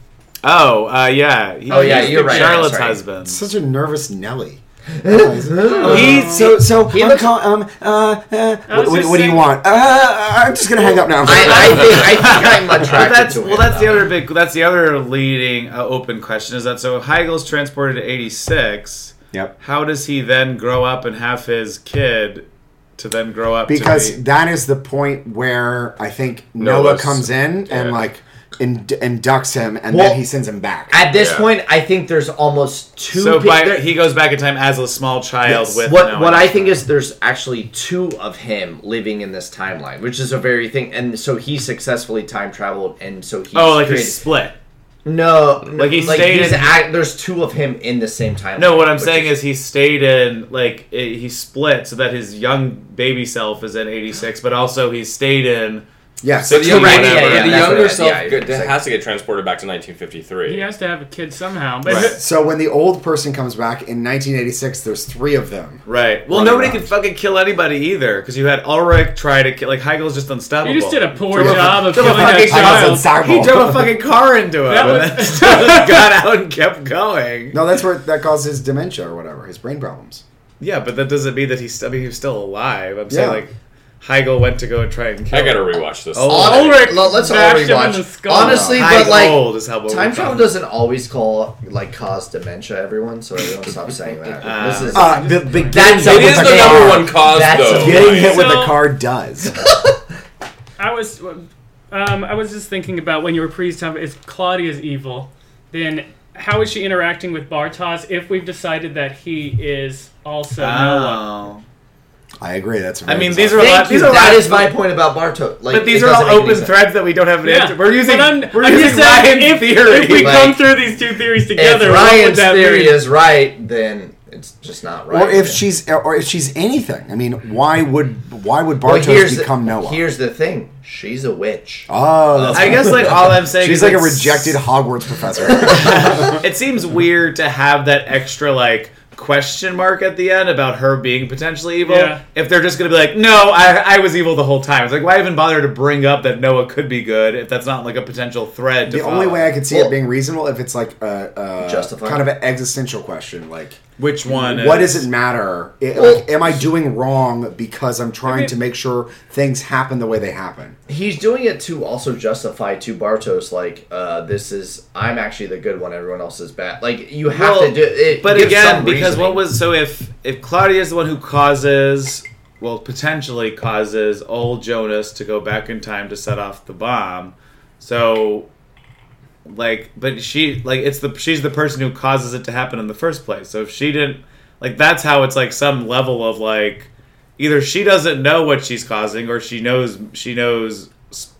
Oh, uh, yeah. He- Oh, yeah, he's you're the right, Charlotte's that's right. husband. Such a nervous Nelly. Um, He's So, so Oh, He I'm looks- call- um, uh, uh, what, was what, just what do you saying- want? Uh, I'm just going to hang up now. I, I think I think I'm But attracted that's to him. well, that's the though. other big. That's the other leading uh, open question is that so Heigl's transported to eighty six. yep. How does he then grow up and have his kid to then grow up? to because be- that is the point where I think Noah Noah's- comes in and yeah. like ind- inducts him, and Well- then he sends him back. At this Yeah. point, I think there's almost two. So pi- by, there- he goes back in time as a small child Yes. with what no what I idea. think is there's actually two of him living in this timeline, which is a very thing. And so he successfully time traveled, and so he oh like he's split. no Like he stayed he's in- act- there's two of him in the same timeline. No, what I'm which saying is he stayed in like i- he split so that his young baby self is in 86, but also he stayed in. yes, So The, young- Correct, the yeah, yeah, that's younger what I- self yeah, good- it's like- has to get transported back to 1953. He has to have a kid somehow. But Right. So when the old person comes back in 1986, there's three of them. Right. Well, Running nobody around. could fucking kill anybody either because you had Ulrich try to kill. Like Heigl's just unstoppable. you just did a poor Throw a- job of throw a killing that fucking I child. was in He drove Cyborg. a fucking car into him That and was- then got out and kept going. No, that's where that causes dementia or whatever, his brain problems. Yeah, but that doesn't mean that he's. I mean, he's still alive. I'm saying Yeah. like Heigl went to go and try and kill. I gotta rewatch this. Oh. Hon- Ulrich let- let's all bashed him in the rewatch. skull. Honestly, but Heigl like is how time travel doesn't always call like cause dementia. Everyone, so everyone stop saying that. Uh, this is Uh, the, the That's getting a- hit it is with the a car- number one cause, That's a- though. Getting hit with So- a car does. I was, um, I was just thinking about when you were pre-time. Is Claudia's evil? Then how is she interacting with Bartos if we've decided that he is also Noah? Oh. I agree. That's. I Very mean, bizarre. these are a Thank lot. you. These are a lot That is my point about Barto. Like, But these it are all doesn't make any open sense. threads that we don't have an Yeah, answer. We're using but I'm- we're I'm just using saying, Ryan if, theory. If we Like- come through these two theories together, if what would Ryan's that theory mean? is right, then it's just not right. or if then. she's, or if she's anything. I mean, why would why would Well, Bartos here's become the, Noah? Here's the thing: she's a witch. oh, that's I guess like all I'm saying she's is like a it's- rejected Hogwarts professor. it seems weird to have that extra like question mark at the end about her being potentially evil. Yeah. If they're just gonna be like, no, I, I was evil the whole time. It's like why even bother to bring up that Noah could be good if that's not like a potential thread? To the only follow? way I could see Well- it being reasonable if it's like a, a Justified. kind of an existential question, like which one? what is- does it matter? It- Well- like, am I doing wrong because I'm trying mean- to make sure things happen the way they happen? He's doing it to also justify to Bartos, like uh, this is I'm actually the good one. Everyone else is bad. Like you have Well, to do it. But gives again, some because reasoning. what was so if if Claudia is the one who causes, well, potentially causes old Jonas to go back in time to set off the bomb, so like, but she like it's the she's the person who causes it to happen in the first place. So if she didn't, like, that's how it's like some level of like either she doesn't know what she's causing or she knows she knows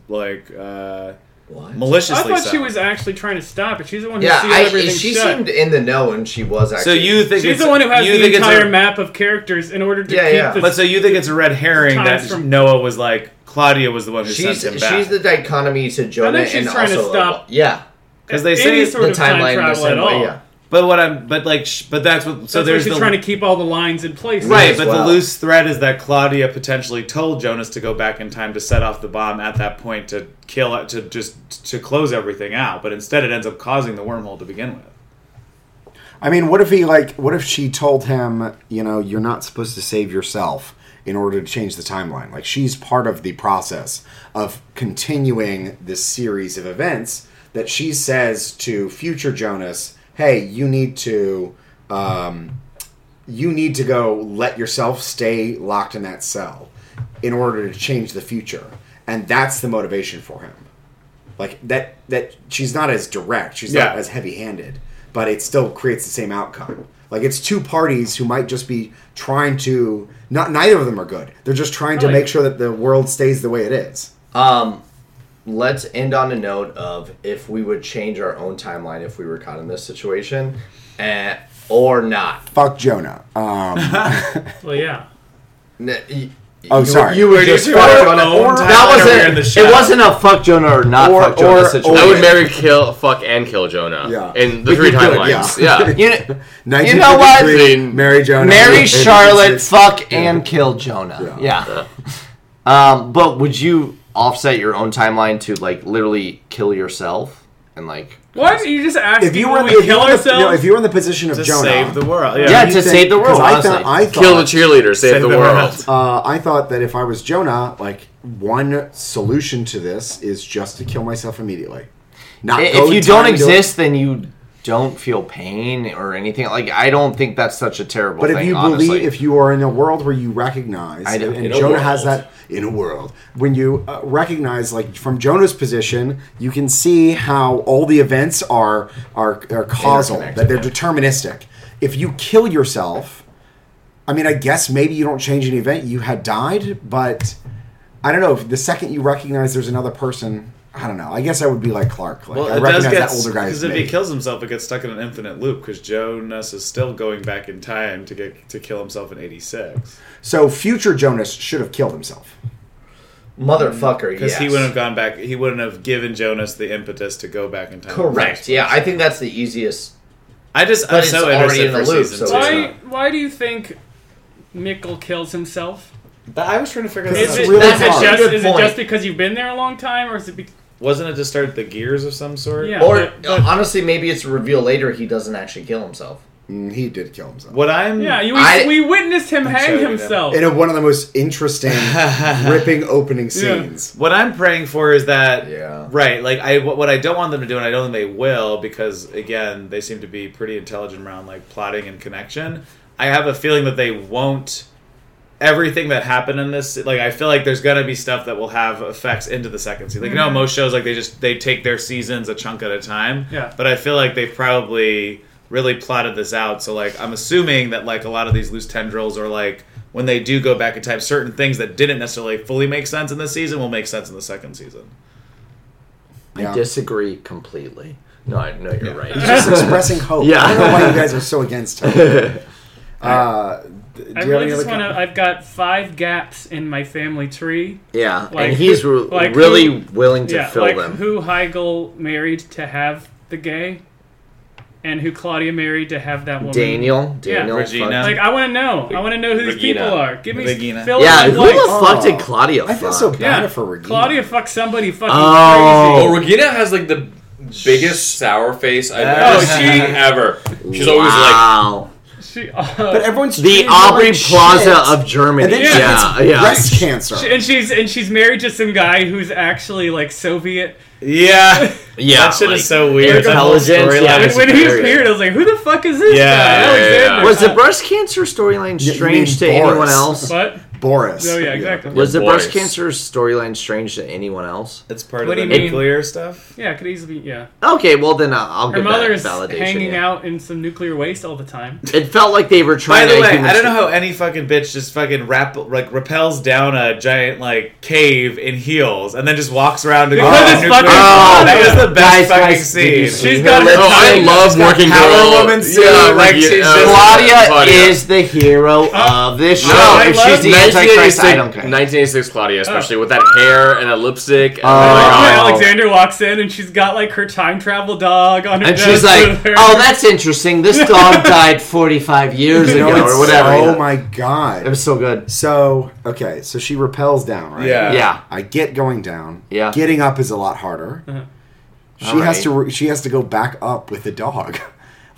like uh What? maliciously. I thought she so. was actually trying to stop it. She's the one who yeah, sees I, everything she shut. seemed in the know, and she was So actually. you think She's it's- the one who has you the think it's entire a- map of characters in order to Yeah, keep yeah. the But so you think it's a red herring Times that from- Noah was like Claudia was the one who she's sent him back? she's the dichotomy to Jonah she's and trying to also stop yeah, because they any say. sort the of time timeline the travel same at way. all. Yeah. but what I'm but like sh- but that's what so That's why there's she's the trying to keep all the lines in place. right. as But well. the loose thread is that Claudia potentially told Jonas to go back in time to set off the bomb at that point to kill it to just to close everything out. But instead, it ends up causing the wormhole to begin with. I mean, what if he like? What if she told him, you know, you're not supposed to save yourself in order to change the timeline? Like she's part of the process of continuing this series of events that she says to future Jonas, "Hey, you need to, um, you need to go let yourself stay locked in that cell in order to change the future," and that's the motivation for him. Like that, that she's not as direct. She's Yeah. not as heavy-handed, but it still creates the same outcome. Like it's two parties who might just be trying to not neither of them are good. They're just trying to Right. make sure that the world stays the way it is. Um, let's end on a note of if we would change our own timeline if we were caught in this situation, eh, or not. Fuck Jonah. Um, Well, yeah. N- y- Oh, you, sorry. You were Did you just do fuck our Jonah. own that timeline or wasn't. we're in the it shadow? wasn't a fuck Jonah or not Or- fuck Jonah or- situation. or- I would marry, kill, fuck, and kill Jonah. Yeah. In the But three you could, timelines. yeah. Yeah. You kn- Nineteen know what? fifty-three, Mary Jonah. marry And- Charlotte, fuck, and kill Jonah. Yeah. Yeah. Um, but would you offset your own timeline to like literally kill yourself and like? What? You just asked If you were when in we the, if you kill were in the, ourselves? no, if you were in the position of To Jonah, save the world. Yeah. Yeah, you to think- save the world. 'cause I honestly. thought, I thought Kill the cheerleader, save, the, world. Uh, I thought that if I was Jonah, like one solution to this is just to kill myself immediately. Not I- go if you time don't to- exist, then you don't feel pain or anything. Like I don't think that's such a terrible. But thing, if you honestly. believe, if you are in a world where you recognize, I know. and In a Jonah has world. that in a world, when you uh, recognize, like from Jonah's position, you can see how all the events are are, are causal, that they're Interconnected, deterministic. If you kill yourself, I mean, I guess maybe you don't change an event you had died, but I don't know. If the second you recognize there's another person, I don't know. I guess I would be like Clark. Like Well, I it does recognize get that older guy because is if me. he kills himself, it gets stuck in an infinite loop because Jonas is still going back in time to get to kill himself in '86 so future Jonas should have killed himself. motherfucker, because yes. he wouldn't have gone back. He wouldn't have given Jonas the impetus to go back in time. Correct. Yeah, I think that's the easiest. I just But I'm it's so already interested in the for loop, season so two. it's Why? Why do you think Mickle kills himself? But I was trying to figure It's Is that it, out. really that's hard. it just, Good is it point. just because you've been there a long time, or is it? Be- Wasn't it to start the gears of some sort? Yeah. Or uh, but- but- honestly, maybe it's a reveal later he doesn't actually kill himself. Mm, He did kill himself. What I'm yeah, you, we, I- we witnessed him hang sorry, no. himself. in a, one of the most interesting, ripping opening scenes. What I'm praying for is that, Yeah. right? Like I, what what I don't want them to do, and I don't think they will, because again, they seem to be pretty intelligent around like plotting and connection. I have a feeling that they won't. Everything that happened in this, like I feel like there's gonna be stuff that will have effects into the second season. Like Mm-hmm. you know, most shows like they just they take their seasons a chunk at a time. Yeah. But I feel like they probably really plotted this out. So like I'm assuming that like a lot of these loose tendrils are like when they do go back in time, certain things that didn't necessarily fully make sense in this season will make sense in the second season. Yeah. I disagree completely. No, I know you're right. He's just expressing hope. Yeah. I don't know why you guys are so against him. Uh, d- do I you have really any other just want to. com- I've got five gaps in my family tree. Yeah, Like, and he's re- like really who- willing to yeah, fill like them. who Heigl married to have the gay, and who Claudia married to have that woman. Daniel, Daniel, Regina. fuck- Like I want to know. I want to know who these Regina. people are. Give me Regina. fill yeah, in who the the blanks. fuck Oh, did Claudia? I feel fuck? so bad Yeah, for Regina. Claudia fucked somebody fucking Oh. Oh, Regina has like the biggest sour face I've Oh, ever seen she- ever. She's always like, wow. crazy. She, uh, But everyone's the treating her Aubrey like Plaza shit. of Germany. And then she yeah, gets yeah. breast cancer. and she's and she's married to some guy who's actually like Soviet. Yeah. Yeah, That shit like, is so weird. That whole intelligence, storyline yeah. And is when he hilarious. appeared, I was like, "Who the fuck is this Yeah, guy?" yeah, yeah, Alexander. yeah. Was the Uh, breast cancer storyline you mean strange to Boris. anyone else? What? Boris. Oh yeah, exactly. Was the breast Boris. cancer storyline strange to anyone else? It's part What of do the you mean? nuclear stuff. Yeah, it could easily be. Yeah, Okay, well then I'll, I'll her give mother that is validation. hanging yeah. out in some nuclear waste all the time. It felt like they were By trying. the to way, human- I don't know how any fucking bitch just fucking rap like rappels down a giant like cave in heels and then just walks around to go. Because to it's a fucking- Oh, that Florida. was the best Guys, fucking guys, did you scene. see She's her got a- lips? Oh, No, I She's love got working power girl. woman Yeah, syndrome. like uh, she's Yeah. just- Claudia, Claudia. is the hero of this show. I if love she's the Antichrist, I don't 1986, care. 1986 Claudia, especially with that hair and that lipstick. And Uh, Oh. And Alexander walks in and she's got like her time travel dog on her. And she's desk like, with her. "Oh, that's interesting. This dog died 45 years You know, ago, it's- or whatever." Oh Yeah. my It god. was so good. So okay, so she repels down, right? Yeah. Yeah, I get going down. Yeah. Mm-hmm. Getting up is a lot harder. She All has right. to. re- She has to go back up with the dog.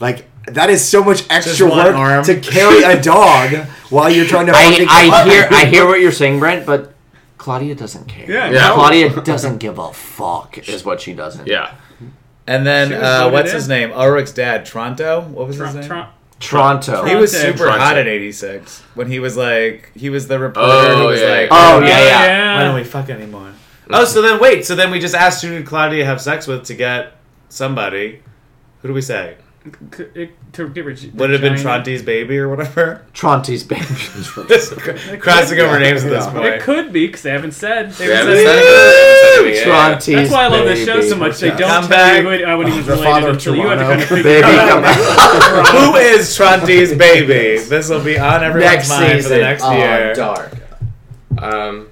Like that is so much extra one work arm. to carry a dog while you're trying to. I, fucking I get hear up. I hear what you're saying, Brent, but Claudia doesn't care. Yeah, Yeah. Claudia doesn't give a fuck, is what she doesn't. yeah. And then was uh, voted what's in. his name? Ulrich's dad, Toronto. What was his Trump, name? Trump. Toronto. He was Toronto. super Toronto. hot in '86 when he was like he was the reporter who Oh, was yeah, yeah. like Oh, Oh, yeah, yeah. why don't we fuck anymore? Oh, so then wait, so then we just asked who did Claudia have sex with to get somebody. Who do we say? C- it- to get reg- Would it have been vagina. Tronti's baby or whatever? Tronti's baby. Just cr- crossing over names at this Yeah. It point. could be because they haven't said. They They haven't haven't said- said- Tronti's That's why I love baby. this show so much. They Yeah. don't Come tell back. you. What, I wouldn't even The relate father it of until you have to kind of Toronto. figure Baby, come out. back. Who is Tronti's baby? This will be on everyone's next mind season. for the next oh, year. dark. Um,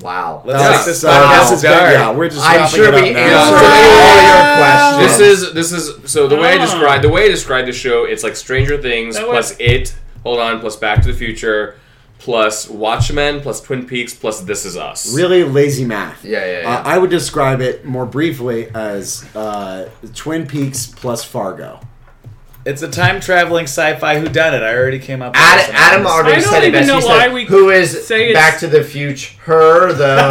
Wow. Let's Yeah, make this so podcast this has been- dark. yeah, we're just. I'm wrapping sure it up we now. answered all your Yeah. questions. this is this is so the way I Ah. describe the way I describe the show. It's like Stranger Things That plus was- It. Hold on, plus Back to the Future, plus Watchmen, plus Twin Peaks, plus This Is Us. Really lazy math. Yeah, yeah, yeah. Uh, I would describe it more briefly as uh, Twin Peaks plus Fargo. It's a time traveling sci fi whodunit. I already came up with Ad- something. Adam already I don't said it even best. know He said, why we who is say it's- Back to the Future, though.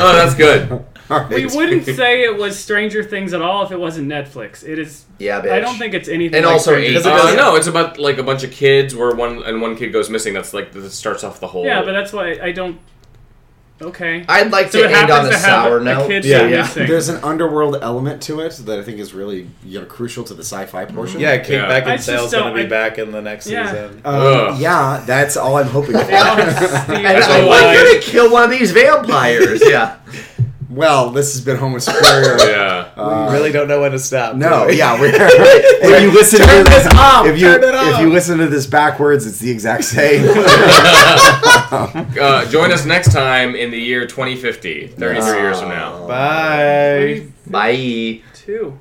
Oh, that's good. All right. We wouldn't say it was Stranger Things at all if it wasn't Netflix. It is. Yeah, bitch. I don't think it's anything. And like also Stranger eight. Things. Because it Uh, doesn't- no, it's about like a bunch of kids where one and one kid goes missing. That's like that starts off the whole. Yeah, but that's why I don't. Okay. I'd like so to it end happens on a to sour have note. a kid Yeah, yeah, yeah. missing. There's an underworld element to it that I think is really you know, crucial to the sci-fi portion. Yeah, Kate Yeah. I Beckinsale's just Beckinsale's don't- gonna be I- back in the next Yeah. season. Um, Ugh. yeah, that's all I'm hoping They all for. have Steve And That's I'm a like, lie. gonna kill one of these vampires. Yeah. well, this has been Homo Superior. yeah. we really don't know when to stop. No, do we? yeah, we're, if you listen Turn to this off, if you turn it if off. you listen to this backwards, it's the exact same. Uh, join us next time in the year 2050, 33 years from now. Bye. Steve Bye. too.